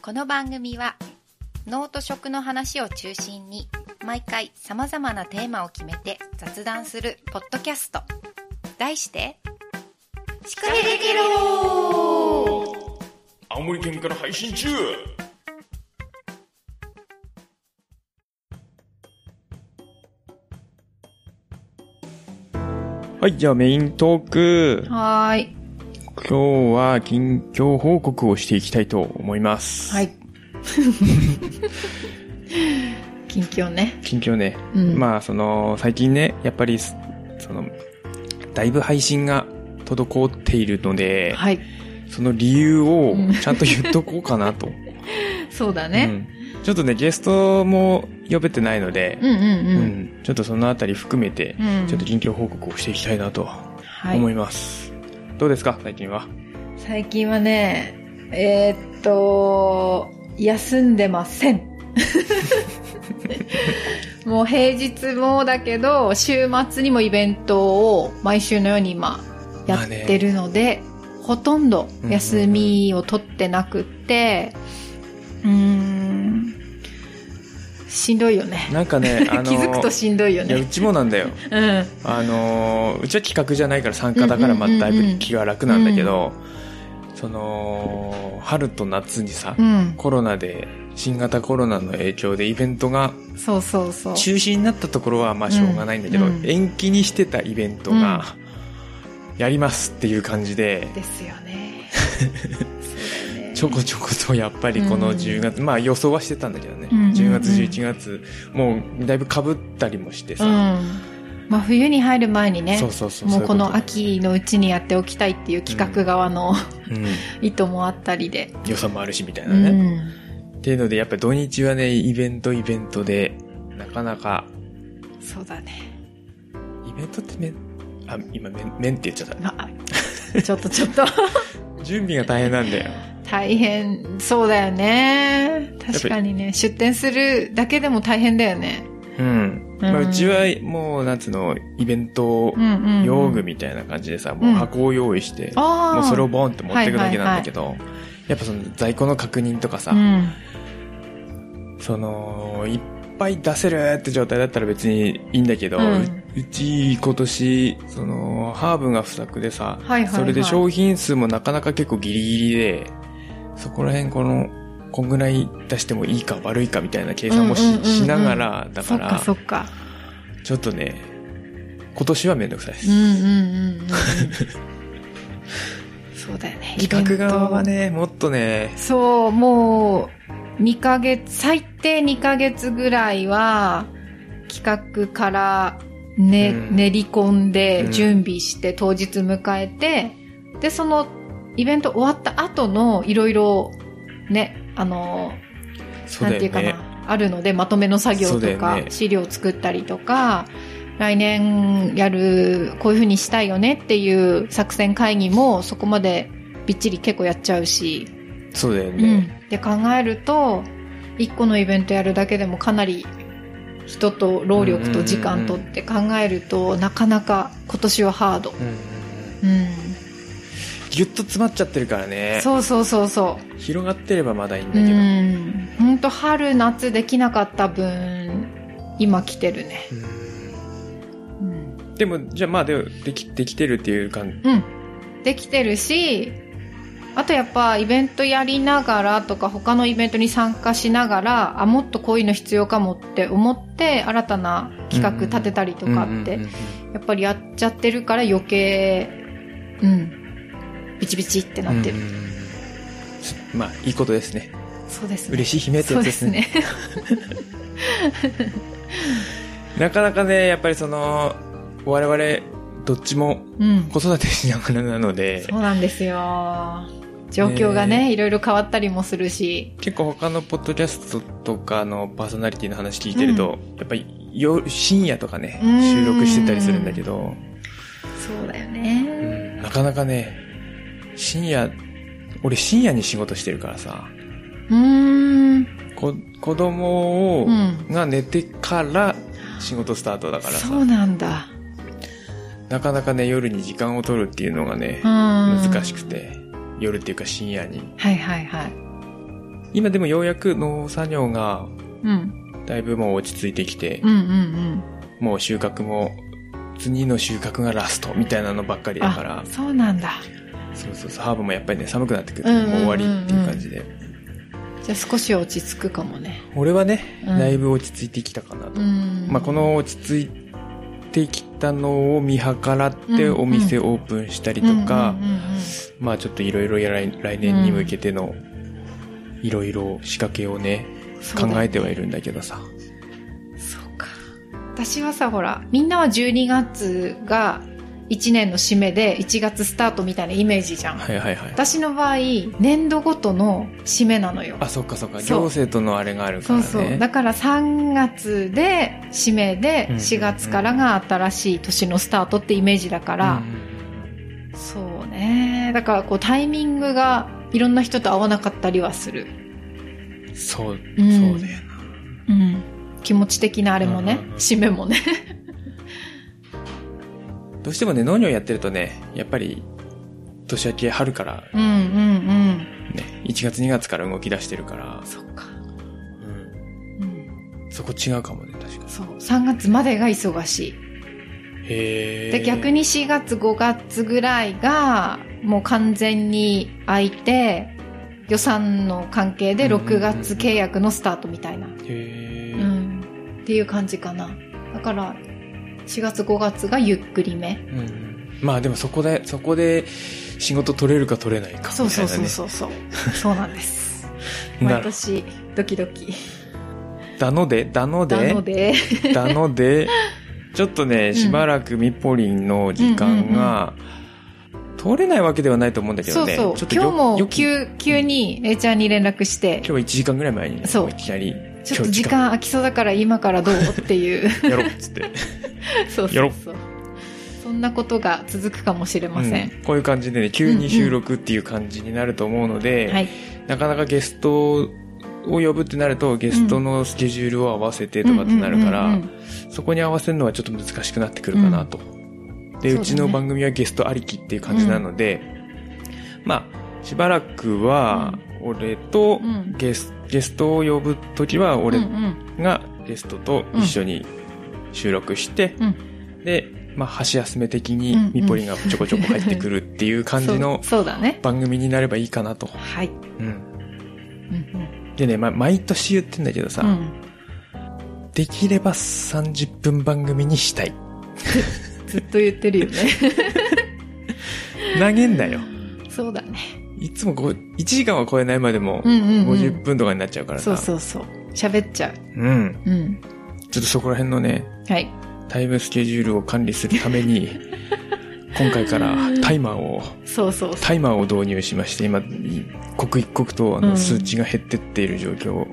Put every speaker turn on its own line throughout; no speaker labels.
この番組は脳と食の話を中心に毎回さまざまなテーマを決めて雑談するポッドキャスト題して「しっかりできろ!
青森県から配信中はい、じゃあメイントーク」。
はーい
今日は近況報告をしていきたいと思います。
はい近況ね
近況ね。
うん
まあ、その、最近ね、やっぱり、その、だいぶ配信が滞っているので、
はい
その理由を
うん
ちゃんと言っとこうか なと。
そうだ
う、ん。ちょっとね、ゲストも呼べてないので、
うん、うんう
うんん、ちょっとそのあたり含めて、
うん、
ちょっと近況報告をしていきたいなと
は
思います。どうですか最近は。
最近はねえーっと休んでませ んもう平日もだけど週末にもイベントを毎週のように今やってるので、ほとんど休みを取ってなくってうーんしんどいよね
なんかね、あの、
気づくとしんどいよ
いや、う
ね
ちもなんだよ。
うん
あの、うちは企画じゃないから参加だから、まあ、だいぶ気が楽なんだけど、その、春と夏にさ、
うん
コロナで、新型コロナの影響でイベントが
そうそうそう
中止になったところはまあしょうがないんだけど、
うんうん
延期にしてたイベントが、やりますっていう感じで、
ですよ ねそうだよね
ちょこちょことやっぱりこの10月、まあ予想はしてたんだけどね、
うんうんうん
10月11月もうだいぶかぶったりもしてさ、
うん、まあ冬に入る前にね
そうそうそう
もうこの
そういう
秋のうちにやっておきたいっていう企画側の、
とうん、
意図もあったりで、
予算もあるしみたいうなね、
ん、
っていうのでやっぱ土日はねイベントイベントでなかなか
そうだね、
イベントってめあ今めんめんって言っちゃった
まあ、ちょっとちょっと
準備が大変なんだよ
大変そうだよね確かにね出店するだけでも大変だよね
うん、まあ、
うん
うちはもう夏のイベント
うんうん、うん、
用具みたいな感じでさ、もう箱を用意して、
ああ
もうそれをボンって持っていくだけなんだけど、やっぱその在庫の確認とかさ、
うん
その、いっぱい出せるって状態だったら別にいいんだけど、
うん
うち今年、その、ハーブが不作でさ、
はいはいはい
それで商品数もなかなか結構ギリギリで、そこら辺この、こんぐらい出してもいいか悪いかみたいな計算も
う
し,、
んうんうんうん
ながら、だ
そ
か、
っからそっ か
ちょっとね、今年はめんどくさいで
うん
す。
うんうんうんそうだよね
企画側は
イベント
ね、もっとね、
そう、もう、2ヶ月、最低2ヶ月ぐらいは、企画から、ね、
うん
練り込ん
う
で、
ん
準備して、当日迎えて、で、その、イベント終わった後の、いろいろ、ね、あの、
そう
なん
だよ
ていうか
ね。
な、あるので、まとめの作業
そうだ
と
よ
か、
ね
資料を作ったりとか、来年やる、こういう風にしたいよねっていう作戦会議も、そこまでびっちり結構やっちゃうし、
そうだよ
う
ね。
ん、で考えると1個のイベントやるだけでもかなり人と労力と時間とって考えるとなかなか今年はハード、
うんうんうん
うん、
ぎゅっと詰まっちゃってるからね。
そうそうそうそ
広がってればまだいいんだ
うう
けど。
ん本当春夏できなかった分今来てるねうん、
でも、じゃあまあで、でき、できてるっていう感じ。
うん、できてるしあとやっぱイベントやりながらとか他のイベントに参加しながらあもっとこういうの必要かもって思って新たな企画立てたりとかって、
うんうんうん
やっぱりやっちゃってるから余計、うん、ビチビチってなってる。
うんうんうんまあ、いいことですね。
そうですね。
嬉しい悲鳴って
そ
や
う
つ
で
です
す
ね。
ね。
なかなかね、やっぱりその、我々、どっちも
うん。
子育てしながらなので、
そうなんですよ。状況がね、いろいろ変わったりもするし。
結構他のポッドキャストとかのパーソナリティの話聞いてると、やっぱり夜深夜とかね、
うん
収録してたりするんだけど、
そうだよ
う
ね。
んなかなかね、深夜、俺深夜に仕事してるからさ、
うーん。
こ子供を、
うん
が寝てから仕事スタートだからさ
そうなんだ。
なかなかね夜に時間を取るっていうのがね
うん。
難しく。て夜っていうか深夜に
はいはいはい。
今でもようやく農作業が
うん。
だいぶもう落ち着いてきて
うんう、んうん。
もう収穫も次の収穫がラストみたいなのばっかりだから
あ、そうなんだ。
そうそうそうハーブもやっぱりね寒くなってくると
うんうんうんうん
もう終わりっていう感じで、
じゃあ少し落ち着くかもね。
俺はね、
うん
だいぶ落ち着いてきたかなと、
うん。
まあ、こ、の落ち着いてきたのを見計らって
うん
お店オープンしたりとか、
うんうんうんうん
まあちょっといろいろや来来年に向けてのいろいろ仕掛けをね、
そう
考
だ
えてはいるんだけどさ
そうか。私はさ、ほら、みんなは12月が1年の締めで1月スタートみたいなイメージじゃん。
はいはいはい
私の場合、年度ごとの締めなのよ。
あそっかそっか
そう
行政とのあれがあるか
そ
ら
う
ね
そう。だから3月で締めで
うん
4月からが新しい年のスタートってイメージだから、
うん
そうね。だからこうタイミングがいろんな人と合わなかったりはする。
そう、
ん
そうだよ
う
な
ん。気持ち的なあれもね
うんうんうん、
締めもね。
どうしてもね農業やってるとねやっぱり年明け春から
うんうんうん。
ね1月2月から動き出してるから、
そっか。
うん
うん。
そこ違うかもね確か
そう。3月までが忙しい。
へえ
で、逆に4月5月ぐらいが、もう完全に空いて、予算の関係で
うんうんうん
6月契約のスタートみたいな。
へえ、
うん。っていう感じかな。だから、4月5月がゆっくりめ。
うんまあでもそこでそこで仕事取れるか取れないかみたいな、ね、
そうそうそうそうそう。そうなんです。
な
毎
る
年、ドキドキ。
だので、だので、
なので、
だので、ちょっとね、しばらくミポリンの時間が、取れないわけではないと思うんだけ
そ
ど
う
ね。
そう
ちょっ。とよ
今日も
よき
急、急に A ちゃんに連絡して
今、日は1時間ぐらい前にね、
そう
もいきなり、
ちょっと時間空きそうだから今からどうっていう。
今日時間やろうっつって。
そう
や
そ
ろ
うそう。そんなことが続くかもしれません。
うんこういう感じでね、急に収録っていう感じになると思うので、
はい。
なかなかゲストを呼ぶってなると、ゲストのスケジュールを合わせてとかってなるから、
うんうんうん
そこに合わせるのはちょっと難しくなってくるかなと。で、
そうだね
うちの番組はゲストありきっていう感じなので、まあ、しばらくは、俺と
うん
ゲス、ゲストを呼ぶときは、
うんう
俺
ん
がゲストと一緒に収録して、
うん
で、まあ、箸休め的
う
に
んうん
ミポリンがちょこちょこ入ってくるっていう感じの
そうそうだね。
番組になればいいかなと。
はい。
うん
うん
でね、まあ、毎年言ってんだけどさ、
うん。うん。
できれば30分番組にしたい。
ずっと言ってるよね。
投げんだよ。
そうだね。
いつもこう1時間は超えないまでも、
うんうん、うん。
50分とかになっちゃうからさ。
そうそうそう。喋っちゃう。
うん。
うん。
ちょっとそこら辺のね、
はい。
タイムスケジュールを管理するため に、今回からタイマーを、
そうそうそ
タイマーを導入しまして、今、い刻一刻とあ
う
の
ん
数値が減ってっている状況。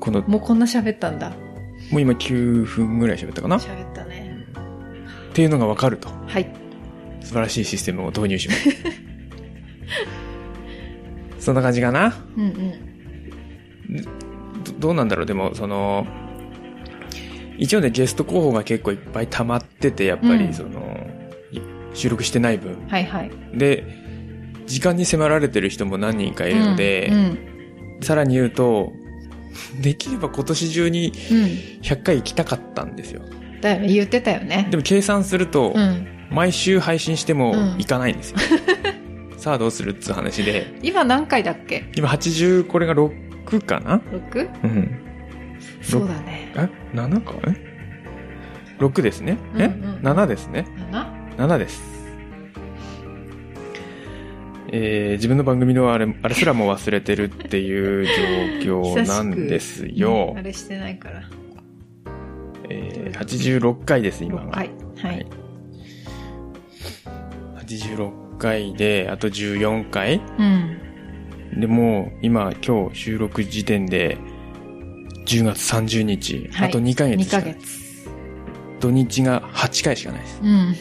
この、
う。
も
もうこんな喋ったんだ。
う今9分ぐらい喋ったかなっ
喋ったね。
ていうのがわかると。
はい。
素晴らしいシステムを導入 しました。そんな感じかな
うんうん。
どどうなんだろうでもその一応ねゲスト候補が結構いっぱい溜まっててやっぱ
う
り
ん
その、い収録してない分
はいはい。
で時間に迫られてる人も何人かいるので、
うん。
さらに言うとできれば今年中
う
に
ん。
100回行きたかったんですよ
うんだよね。言ってたよね。
でも計算すると、
うん。
毎週配信しても
うん
行かない んですよ、さあどうするっつう話で
今何回だっけ
今80これが6かな
?6?
うん
そうだね。
え7かえ6ですねえ、
うんうん
7ですね
7?
7ですえー自分の番組のあれあれすらも忘れてるっていう状況なんですよ
あ、れしてないから。
えー、86回です今
6
が、
回。はい。
86回であと14回
うん。
でもう今今日収録時点で10月30日、
はい
あと2ヶ月
2
しか
ヶ
ない
月。
土日が8回しかないです
うん。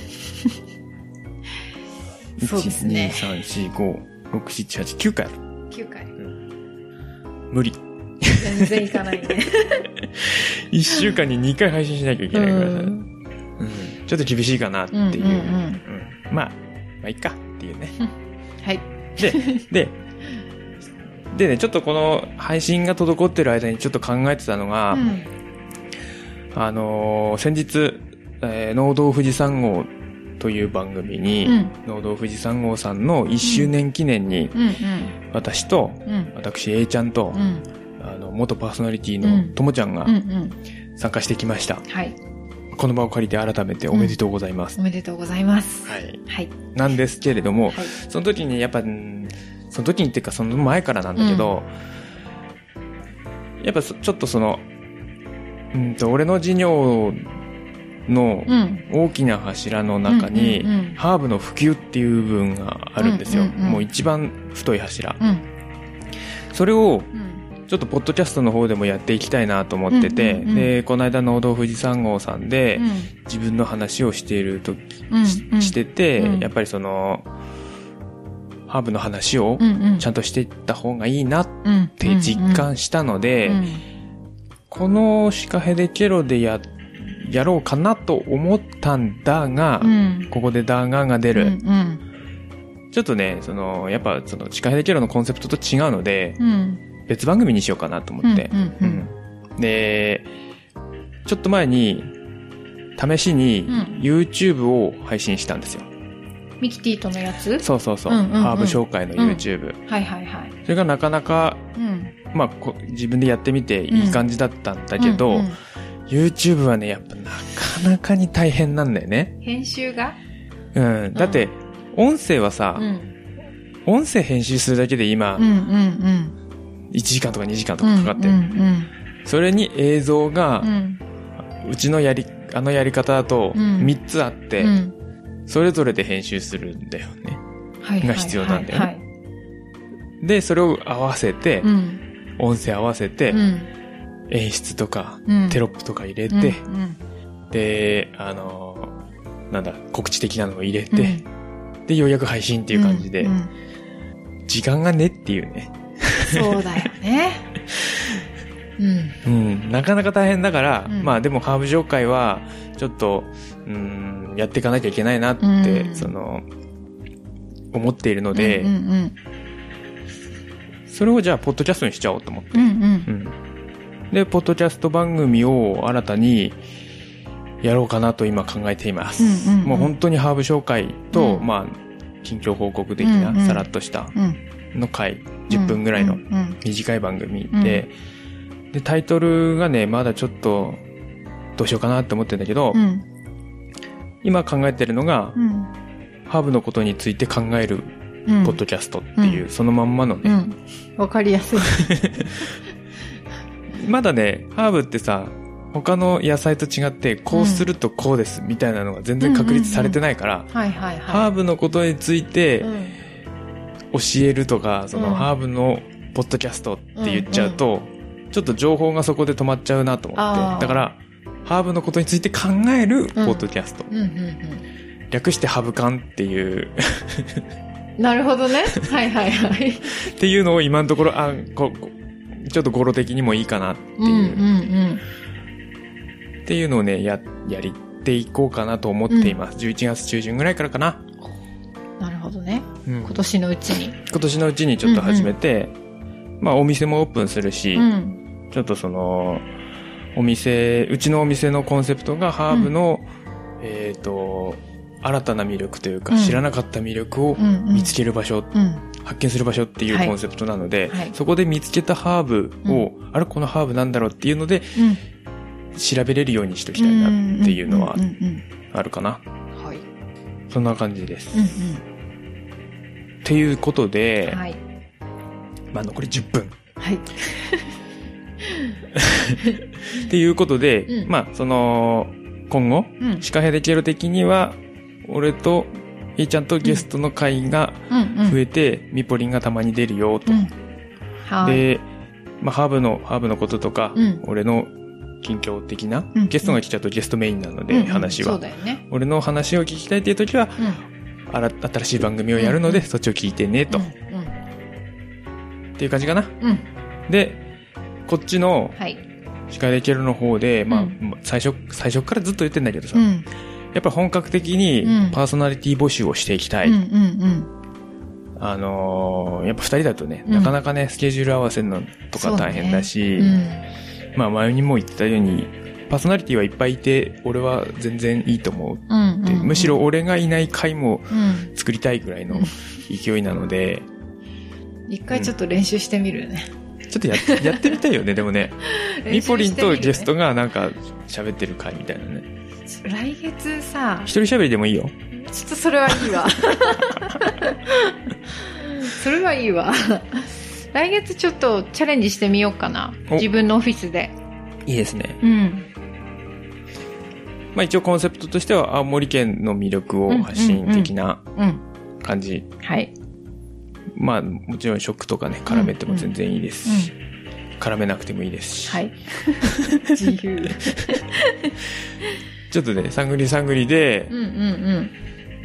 そうですね
1,2,3,4,5,6,7,8,9回ある。
9回。
無理。
全然いか ないね。
1週間に2回配信しなきゃいけないからさ、
う
うん
ん
ちょっと厳しいかなっていう。
うんうん
うんまあ、まあいいかっていうね。
はい。
で、で、でね、ちょっとこの配信が滞ってる間にちょっと考えてたのが、
うん
あのー先日、えー農道富士山号という番組に、
うん
農道富士山号さんの1周年記念に、
うん
私と、
うん
私 A ちゃんと、
うん
あの、元パーソナリティ
う
の
ん
ともちゃんが
うんうん
参加してきました。
はい
この場を借りて改めておめでとうございます。
おめでとうございます
はい。
はい
なんですけれども、
はい
その時にやっぱ、うんその時にっていうかその前からなんだけど、やっぱそちょっとその、うんと、俺の事業の
うん
大きな柱の中に、
うんうんうん
ハーブの普及っていう部分があるんですよ。
うんうんうん
もう一番太い柱。
うん
それを
うん
ちょっとポッドキャストの方でもやっていきたいなと思ってて、
うんうんうん
で、この間農道富士山号さんで
うん
自分の話をしているとき、
うん
し
うん
してて、
うん
やっぱりその、ハーブの話を
うんうん
ちゃんとしていった方がいいな
っ
っ
て
実感したので、このシカヘデチェロでや、やろうかなと思ったんだが、ここで弾丸が出る。ちょっとね、その、やっぱそのシカヘデチェロのコンセプトと違うので、別番組にしようかなと思って。うんで、ちょっと前に、試しに
うん
YouTube を配信したんですよ。
ミキティとのやつ
そうそうそう。
うんうんうん
ハーブ紹介の YouTube。
はいはいはい。
それがなかなか、
うん。
まあこ、自分でやってみていい感じだったんだけど、
うんうん
YouTube はね、やっぱなかなかに大変なんだよね。
編集が
うん。だって、音声はさ、
ん。
音声編集するだけで今、
うんうん
1時間とか2時間と
うん。
かかかってる。
うんうん
それに映像が、
うん。うん
うちのやり、あのやり方だと、
うん
3つあって、
うん
それぞれで編集するんだよね。
はいはいはい
が必要なんだよね
はい
で、それを合わせて、
うん
音声合わせて、
うん
演出とか、
うん
テロップとか入れ
うん
て、
うん
で、あのーなんだ、告知的なのを入れて、で、ようやく配信っていう感じで
うんう、ん
時間がねっていうね。
そうだよね。 うん。
うん、なかなか大変だから、
うん
まあでもハーブ業界は、ちょっと、うん、やっていかなきゃいけないなって、
うん
その、思っているので、
うんうん
それをじゃあ、ポッドキャストにしちゃおうと思って。
うんうんうん
うん。で、ポッドキャスト番組を新たにやろうかなと今考えています。
うんうんうん
もう本当にハーブ紹介と、
うん
まあ、近況報告的
うん
な
うん
さらっとした
うん。
の回、10分ぐらいの
うんうん
短い番組で、で、タイトルがね、まだちょっと、どうしようかなって思ってるんだけど、
うん。
今考えてるのが、
うん
ハーブのことについて考える
うん
ポッドキャストっていう、そのまんまの
う
ね、
ん。わかりやすい。
まだね、ハーブってさ、他の野菜と違って、こうするとこうですみたいなのが全然確立されてないから、
はいはいは
ハーブのことについて
い。うん
教えるとか、その、
うん
ハーブのポッドキャストって言っちゃうと、ちょっと情報がそこで止まっちゃうなと思っ
あ
て、
ー
だから、ハーブのことについて考えるポッドキャスト。
うんうんうん。
略してハブカンっていう、
なるほどね。はいはいはい。
っていうのを今のところ、あ、ここちょっと語呂的にもいいかなって
うんう
いう、
ん
っていうのをね、や、やりていこうかなと思っています。11月中旬ぐらいからかな。
うん。なるほどね。
うん
今年のうちに。
今年のうちにちょっと始めて、まあお店もオープンするし、
うん。
ちょっとその、お店、うちのお店のコンセプトがハーブの、えっ、と、新たな魅力というか、
うん
知らなかった魅力を
うんうん
見つける場所、
うん。
発見する場所ってい
は
う
い
コンセプトなので、
はい
そこで見つけたハーブを、あれこのハーブなんだろうっていうので、
うん。
調べれるようにしておきたいなっていうのは
んうんうん
あるかな。
うん。はい。う
そんな感じです。
ん
っていうこと
う
で、
ん。はい。
まあ残り10分。
はい。
っていうことで、
うん
まあ、その、今後、
うん。
シカヘデケロ的には、俺と、えいちゃんとゲストの会が
うんうん。
増えて、ミポリンがたまに出るよ、と。
うん。はい。
で、まあ、ハーブの、ハーブのこととか、
うん
俺の近況的な、
うん
ゲストが来ちゃうとゲストメインなので、
うんうん
話は。
そうだよね。
俺の話を聞きたいっていう時は、
うん。
あら新しい番組をやるので、
うん
そっちを聞いてね、と、
うん
っていう感じかな。
うん。うん。
で、こっちの、
はい。
シカヘデケロの方で、まあ、
うん
最初、最初からずっと言ってんだけどさ、
うん。
やっぱり本格的に
うん
パーソナリティ募集をしていきたい。
うんうんうん。
あのーやっぱ二人だとね、なかなかね、スケジュール合わせるのとか大変だし、まあ前にも言ったように、パーソナリティはいっぱいいて、俺は全然いいと思うって、むしろ俺がいない回も
うん
作りたいぐらいの勢いなので、
一回ちょっと練習してみるね。
ちょっとや っやってみたいよね、でもね。ミポリンとゲスト
が。
がなんか喋ってる回みたいなね。
来月さ、
一人喋りでもいいよ。
ちょっとそれはいい わ。それはいいわ。来月ちょっとチャレンジしてみようかな。
お
自分のオフィスで。
いいですね。
うん。
まあ一応コンセプトとしては青森県の魅力を発信的な
うん。
感じ。
はい。
まあもちろん食とかね、絡めても全然いいですし、絡めなくてもいいです し。
はい。自由。
ちょっとね、探り探りで
う、んうん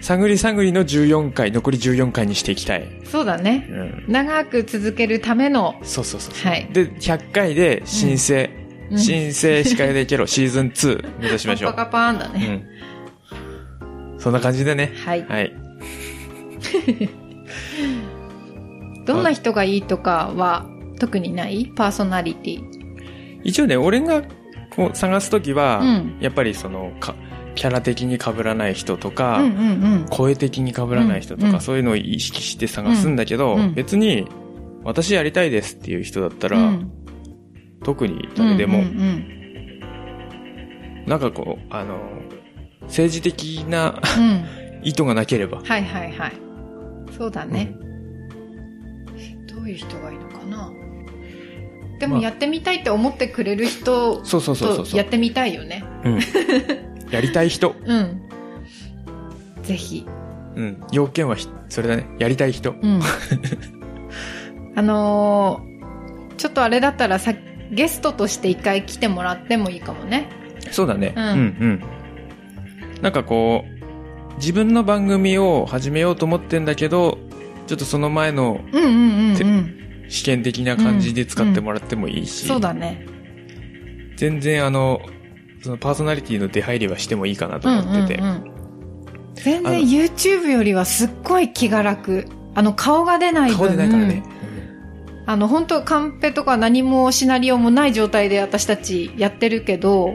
探り探りの14回、残り14回にしていきたい。
うん。そうだね。
うん。
長く続けるための、
そうそうそうそう。
はい。
で、100回で申請、
うん
申請司会 でケロシーズン2目指しましょう。
カパカパーンだね。
うん。そんな感じでね。
はい。
はい。
どんな人がいいとかは特にないパーソナリティ。
一応ね、俺がこう探すときは、
うん
やっぱりその、かキャラ的に被らない人とか、
うんうんうん。
声的に被らない人とか、
うん
そういうのを意識して探すんだけど、
うん
別に、私やりたいですっていう人だったら、
うん
特に誰でも、
うんうん
なんかこう、あの、政治的な
うんうん
意図がなければ。
はいはいはい。そうだね。どういう人がいいのかな。でも
まあ
やってみたいって思ってくれる人
そうそうそうそ
と
うそう。
やってみたいよね。
うん、やりたい人。
うん。ぜひ。
うん。要件はひ、それだね。やりたい人。
うん。あのーちょっとあれだったらさ、ゲストとして一回来てもらってもいいかもね。
そうだね。
う
うんん、うん、なんかこう、自分の番組を始めようと思ってんだけど、ちょっとその前の
うんうんうん、
て
うん。
試験的な感じで使ってもらってもいいし、
そうだね。
全然あの、そのパーソナリティの出入りはしてもいいかなと思ってて。
うんうんうん全然 YouTube よりはすっごい気が楽あの顔が出ない分
顔でないからね。
あの本当カンペとか何もシナリオもない状態で私たちやってるけど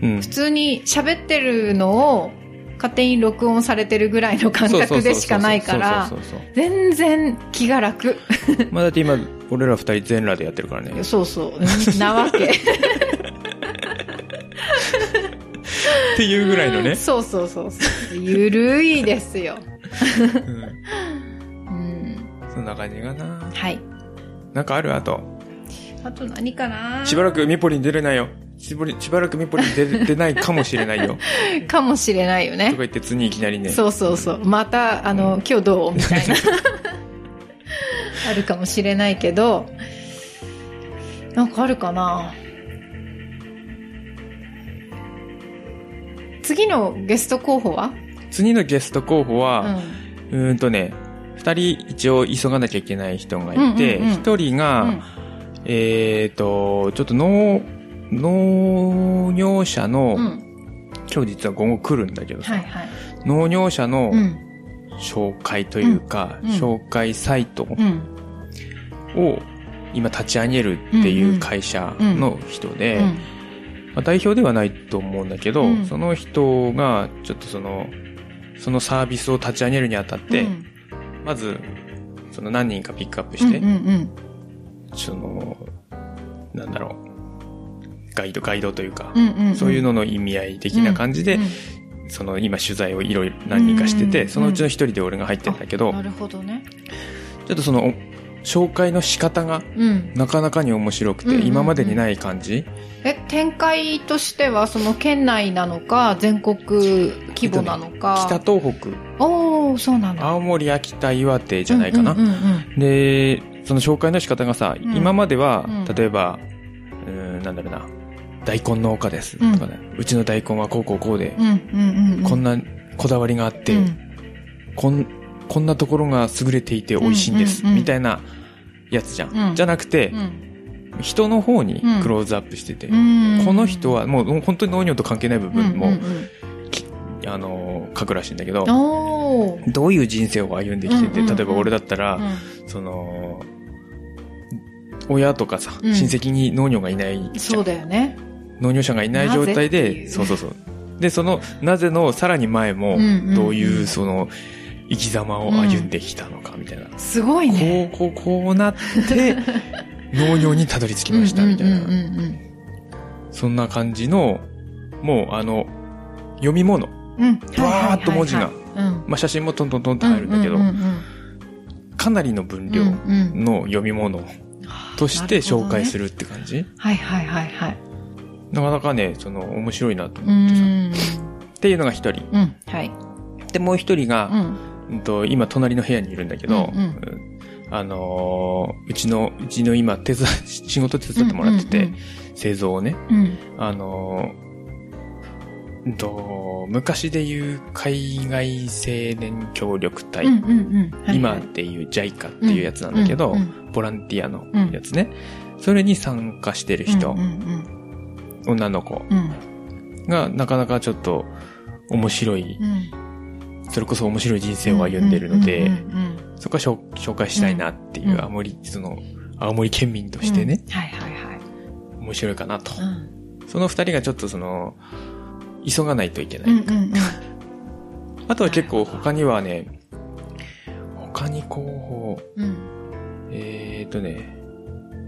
うん。うん
普通に喋ってるのを勝手に録音されてるぐらいの感覚でしかないから
そうそうそうそうそうそう
全然気が楽
そうまあだって今、俺ら二人全裸でやってるからね。
そうそう なわけ
っていうぐらいのね。
そうそうそうそうゆるいですよ、
うん
うん、
そんな感じかな。
はい
なんかあるあと。
あと何かな
しばらくミポリン出れないよ。しぼりしばらくミポリン出れ出ないかもしれないよ。
かもしれないよ
と
ね
か言って次いきなりね。
そうそうそう。また、あの、今日どうみた いな。あるかもしれないけど、なんかあるかな次のゲスト候補は
次のゲスト候補
う
は、
ん。
うーんとね、二人一応急がなきゃいけない人がいて、
うんうんうん
一人が、
うん
えっ、と、ちょっと農、農業者の、
うん。
今日実は午後来るんだけどさ、
はいはい。
農業者の
うん。
紹介というか、
うんうん
紹介サイト
うん。
を今立ち上げるっていう会社の人で、
うん
まあ、代表ではないと思うんだけど、
うん
その人がちょっとそのそのサービスを立ち上げるにあたって、
うん
まずその何人かピックアップして、
うんうん
そのなんだろうガイドガイドというか、
うん。うんうん。
そういうのの意味合い的な感じで、
うん
その今取材をいろいろ何人かしてて、
うん
そのうちの一人で俺が入ってんだけど、
なるほどね。
ちょっとそのお紹介の仕方が
うん。
なかなかに面白くて、
うんうんうん
今までにない感じ、
え、展開としては、その県内なのか、全国規模なのか。
北東北
おー、そうなんだ。
青森秋田岩手じゃないかな、
うんうんうん
で、その紹介の仕方がさ、
うん
今までは、
うん
例えば、うーん、なんだろうな、大根農家です、
うん
とかね、うちの大根はこうこうこうで、
うんうんうんうん。
こんなこだわりがあって、
うん
こん、こんなところが優れていて美味しいんです、
うんうんうん
みたいなやつじゃん。
うん
じゃなくて、
うん
人の方に
うん
クローズアップしてて、
うん
この人はもうもう本当に農業と関係ない部分
う
も、
んうんうん
あのー書くらしいんだけど、
おー
どういう人生を歩んできてて、
うんうんうん
例えば俺だったら、
う
その、親とかさ、
うん
親戚に農業がいない
ん、
じゃ
そ
ん
うだよね。
農業者がいない状態
なぜってい
で、
う
そうそうそう。で、その、なぜのさらに前も
うんうんう、ん
どういう、その、生き様を歩んできたのか、みたいな。
すごいね。
こう、こう、こうな って、農業にたどり着きました、みたい
うんうん
な。
うんうん
そんな感じの、もう、あの、読み物。
うん。うん。
わーっと文字
はい
が
はいはいはい。うん。
まあ、写真もトントントンって入るんだけど
う、んうん
かなりの分量
うんうん
の読み物として紹介するって感じ。
はいはいはいはい。
なかなかね、その、面白いなと
うー
思ってさ。
ん。
っていうのが一人。
うん。はい。
で、もう一人が
う、ん。
うんと、今、隣の部屋にいるんだけど、
うんう
あのーうちの、うちの今、手伝、仕事手伝ってもらってて、製造をね、
うん。うん
あのーうんと、昔で言う海外青年協力隊、
うんうんうん。
今っていう JICA っていうやつなんだけど、
うんうん
ボランティアのやつね、それに参加してる人、
うんうん
女の子
うん
がなかなかちょっと面白い、
うん。
それこそ面白い人生を歩んでるので、
うんうんうん
そこは紹紹介したいなっていう、
うん
青森、その、青森県民と
うん。
してね、
うん。はいはいはい。
面白いかなと。
うん
その二人がちょっとその、急がないといけない。
うんうんうん。
あとは結構他にはね、他に候補、
うん
えーとね、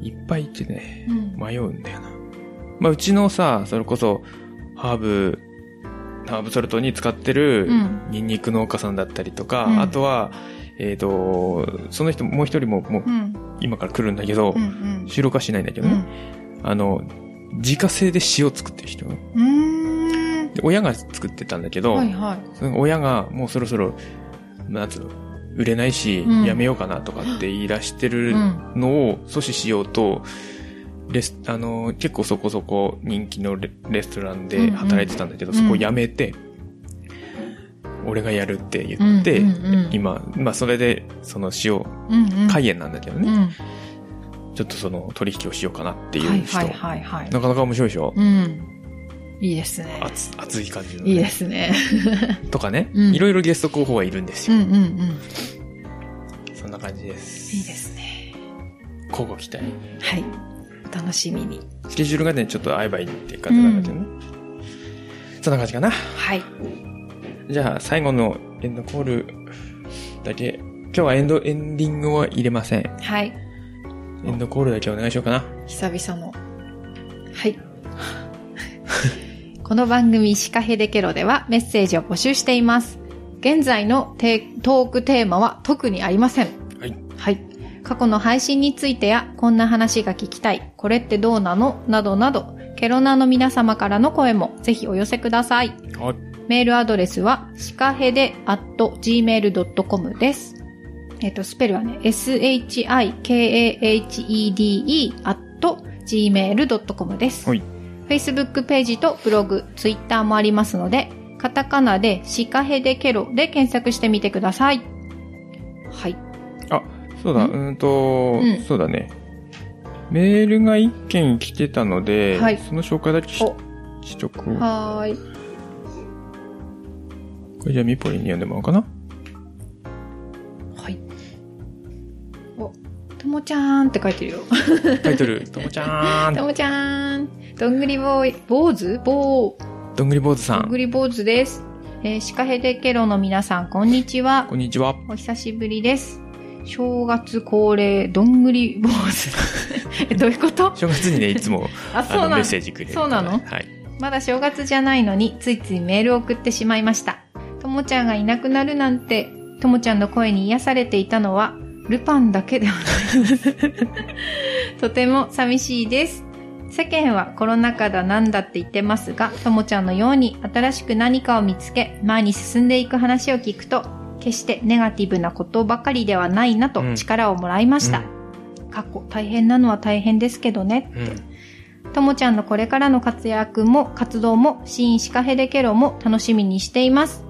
いっぱいいてね、
うん
迷うんだよな。まあうちのさ、それこそ、ハーブ、ハーブソルトに使ってる
うん、
ニンニク農家さんだったりとか、
うん
あとは、えーと、その人、もう一人も、もう
うん
今から来るんだけど、
うんうん
収録はしないんだけどね、あの、自家製で塩作ってる人。で
うん。う
親が作ってたんだけ
ーん。
ど、
はいはい。
その親がもうそろそろ、なんつうの、売れないし
う、ん
やめようかなとかって言い出してる
うん
のを阻止しようと、レス、あの、結構そこそこ人気のレレストランで働いてたんだけど、
うんう
そ
ん
こ辞めて、俺がやるって言って、
うんうんうん
今、まあそれで、その塩、
うんうん。
海塩なんだけど
う
ね、
ん。っ
ちょっとその取引をしようかなって
て
いう人。
はいはいはいはい。
なかなか面白いでしょ、
うん。いいですね。
熱熱い感じの、ね。
いいですね。
とかね、
うん
いろいろゲスト候補はいるんです
うん
よ。
うんうん。い
そんな感じです。
いですね。
交互期待。
はい。お楽しみに。
スケジュールがね、ちょっと合えばいいっていう感じなんだけどね。そんな感じかな。
はい。
じゃあ、最後のエンドコールだけ。今日はエンド、エンディングは入れません。
はい。
エンドコールだけお願いしようかな。
久々の。はい。 この番組、シカヘデケロではメッセージを募集しています。現在のテートークテーマは特にありません。
はい。
はい。過去の配信についてや、こんな話が聞きたい、これってどうなのなどなど、ケロナの皆様からの声もぜひお寄せください。
はい。
メールアドレスは、シカヘデ at gmail.com です。えっ、と、スペルはね、s-h-i-k-a-h-e-d-e at gmail.com です。
はい
Facebook ページとブログ、Twitter もありますので、カタカナでシカヘデケロで検索してみてください。はい。
あ、そうだ、う
うん
ーんと、
うん
そうだね。メールが一件来てたので、
はい
その紹介だけし
お
しとく。こ
はーい。
れじゃあミポリンに読んでもらおうかな。
はい。お、ともちゃーんって書いてるよ。
タイトル、ともちゃ
と
ーん。
もちゃーん。どんぐりぼーい、坊主坊
どんぐり坊主さ
どんぐ
ん。
り坊主です。えーシカヘデケロの皆さん、こんにちは
こ。んにちは。
お久しぶりです。正月恒例、どんぐり坊主。 え、どういうこと
正月 にね、いつも、
あ、
あ
そう
の、メ
な
ッ
の
セージくれる。
そうなの
はい。
まだ正月じゃないのに、ついついメールを送ってしまいました。ともちゃんがいなくなるなんて、ともちゃんの声に癒されていたのは、ルパンだけではない。とても寂しいです。世間はコロナ禍だなんだって言ってますが、ともちゃんのように新しく何かを見つけ、前に進んでいく話を聞くと、決してネガティブなことばかりではないな
うん
と力をもらいました。過去大変なのは大変ですけどね。
うん。
ともちゃんのこれからの活躍も活動も新シカヘデケロも楽しみにしています。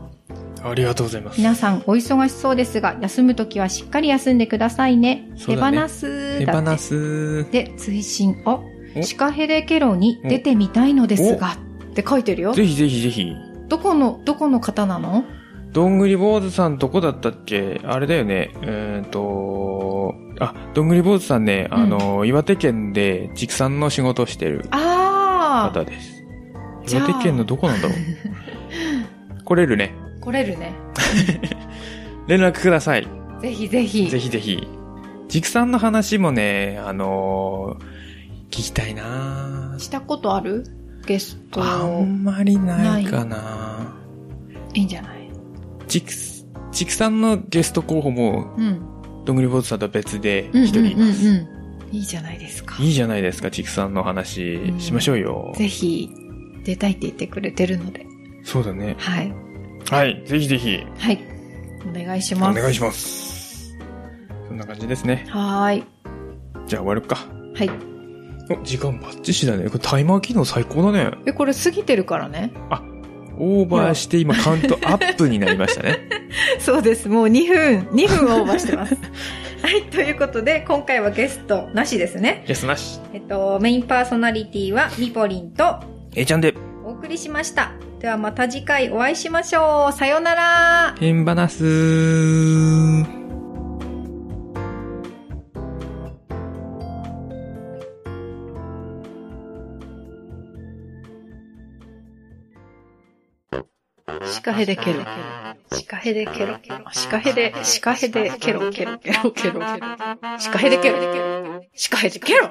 ありがとうございます。
皆さんお忙しそうですが、休むときはしっかり休んでくださいね。
そ
手
う
放
だね
す
手
だ
放
って。
す。
で、追伸を
お
シカヘデケロに出てみたいのですが、って書いてるよ。
ぜひぜひぜひ。
どこの、どこの方なの
どんぐり坊主さんとこだったっけあれだよね。えっ、ー、と、あ、どんぐり坊主さんね、あの、岩手県で畜産の仕事をしてる
ああ
方です。岩手県のどこなんだ ろう。来れるね。
来れるね。
連絡ください。
ぜひぜひ。
ぜひぜひ。畜産の話もね、あのー聞きたいな
したことあるゲスト。
あんまりないかない
いんじゃない
畜、畜産のゲスト候補も、
うん。
どんぐり坊主さんとは別で
うん
一人い
うんう
ま
ん
す。
うん。いいじゃないですか。
いいじゃないですか、畜産の話
うん
しましょうよ。
ぜひ、出たいって言ってくれてるので。
そうだね。
はい。
はい、ぜひぜひ、
はい。お願いし
お
ます。
願いします。そんな感じですね。
はーい。
じゃあ終わるか。
はい。
お、時間バッチシだね。これタイマー機能最高だね。
え、これ過ぎてるからね。
オーバーして今カウントアップになりました ね。
そうです。もう2分、2分オー バーしてます。はい。ということで、今回はゲストなしですね。
ゲストなし。
えっと、メインパーソナリティはミポリンと
A ちゃんで、
お送りしました。ではまた次回お会いしましょう。さようなら。
ペンバナスー。
シカヘデケロ。シカヘデケロ。シカヘデ、シカヘデケロケロケロケロ。シカヘデケロ。シカヘデケロ。